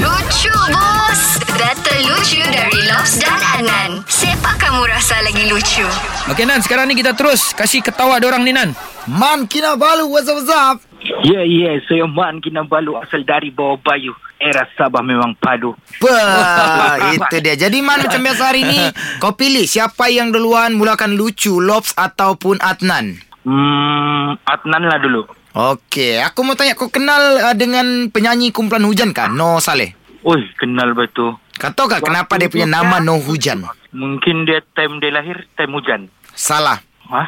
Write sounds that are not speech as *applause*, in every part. Lucu bos Data lucu dari Lobs dan Anan Siapa kamu rasa lagi lucu? Okey Nan, sekarang ni kita terus kasih ketawa orang ni Nan. Man Kinabalu, what's up, what's up? Ya, yeah, ya. Yeah. Saya Man Kinabalu asal dari bawah bayu. Era Sabah memang padu. Bah, itu dia. Jadi Man macam biasa hari ni, kau pilih siapa yang duluan mulakan lucu, Lobs ataupun Adnan. Hmm, Adnan lah dulu. Okey, aku mau tanya kau kenal uh, dengan penyanyi kumpulan hujan kah? No Saleh. Oi, kenal betul. Kau tahu kah kenapa dia punya nama No Hujan? Mungkin dia time dia lahir, time hujan. Salah, Hah?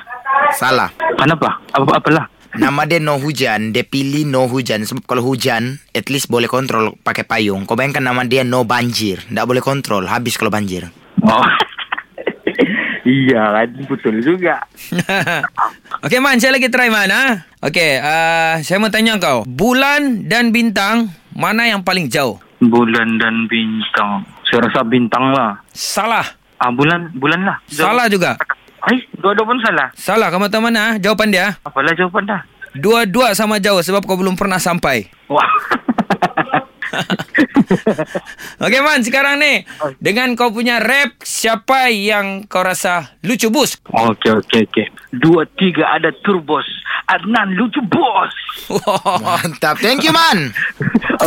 salah. Kenapa? Apa-apalah. Nama dia No Hujan, dia pilih No Hujan sebab kalau hujan at least boleh kontrol pakai payung. Kau bayangkan nama dia No Banjir, tak boleh kontrol, habis kalau banjir. Oh. *laughs* Iya kan, betul juga. Okey Man, saya lagi try Man ha. Okey, uh, saya mau tanya kau, bulan dan bintang mana yang paling jauh? Bulan dan bintang. Saya rasa bintang lah. Salah. Ah, bulan, bulan lah. Salah juga. Hai, dua-dua pun salah. Salah kamu tahu mana? ha? Jawapan dia. Apalah jawapan dah? Dua-dua sama jauh sebab kau belum pernah sampai. Wah. *laughs* Okey Man, sekarang ni dengan kau punya rap, siapa yang kau rasa lucu bus? okey, okey, okey. Dua, tiga ada turbos. Adnan lucu bos. Mantap, thank you Man. *laughs*